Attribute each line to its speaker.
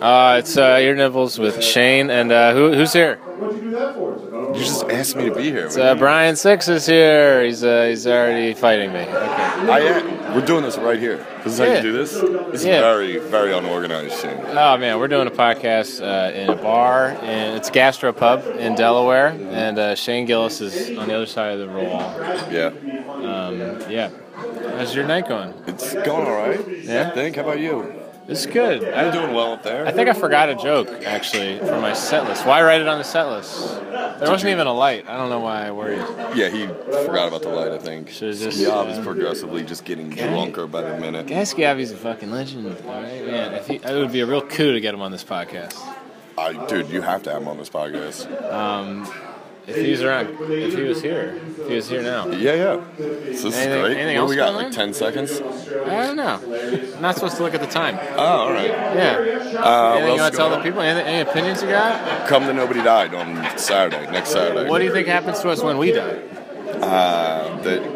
Speaker 1: Uh, it's uh, Ear Nibbles with Shane, and uh, who, who's here?
Speaker 2: You just asked me to be here.
Speaker 1: It's, uh, Brian Six is here. He's uh, he's already fighting me. Okay.
Speaker 2: I am. We're doing this right here. This is how
Speaker 1: Yeah.
Speaker 2: you do this. This
Speaker 1: Yeah.
Speaker 2: is very, very unorganized, Shane.
Speaker 1: Oh man, we're doing a podcast uh, in a bar, and it's a gastro pub in Delaware, and uh, Shane Gillis is on the other side of the wall.
Speaker 2: Yeah,
Speaker 1: Yeah. How's your night going?
Speaker 2: it's going all right.
Speaker 1: Yeah?
Speaker 2: I think. How about you?
Speaker 1: It's good.
Speaker 2: I'm
Speaker 1: I,
Speaker 2: doing well up
Speaker 1: I
Speaker 2: there.
Speaker 1: think I forgot a joke actually for my set list. Why write it on the set list? There wasn't even a light. I don't know why I worried.
Speaker 2: Yeah, he forgot about the light. I think.
Speaker 1: Should've just,
Speaker 2: yeah, I
Speaker 1: uh,
Speaker 2: was progressively just getting drunker by the minute.
Speaker 1: Gaskiavi's a fucking legend. All right, man. If he, it would be a real coup to get him on this podcast.
Speaker 2: I, dude, you have to have him on this podcast.
Speaker 1: If he was around, if he was here, if he was here now.
Speaker 2: Yeah, yeah. So this
Speaker 1: Anything-
Speaker 2: is great.
Speaker 1: anything
Speaker 2: what do
Speaker 1: else
Speaker 2: we got?
Speaker 1: going
Speaker 2: Like ten seconds.
Speaker 1: I don't know. I'm not supposed to look at the time.
Speaker 2: Oh, all right.
Speaker 1: Yeah.
Speaker 2: Uh,
Speaker 1: Anything
Speaker 2: what
Speaker 1: you want
Speaker 2: else
Speaker 1: to tell
Speaker 2: going
Speaker 1: the
Speaker 2: on?
Speaker 1: people? Any, any opinions you got?
Speaker 2: Come to Nobody Died on Saturday, next Saturday.
Speaker 1: What do you think happens to us when we die?
Speaker 2: Uh, that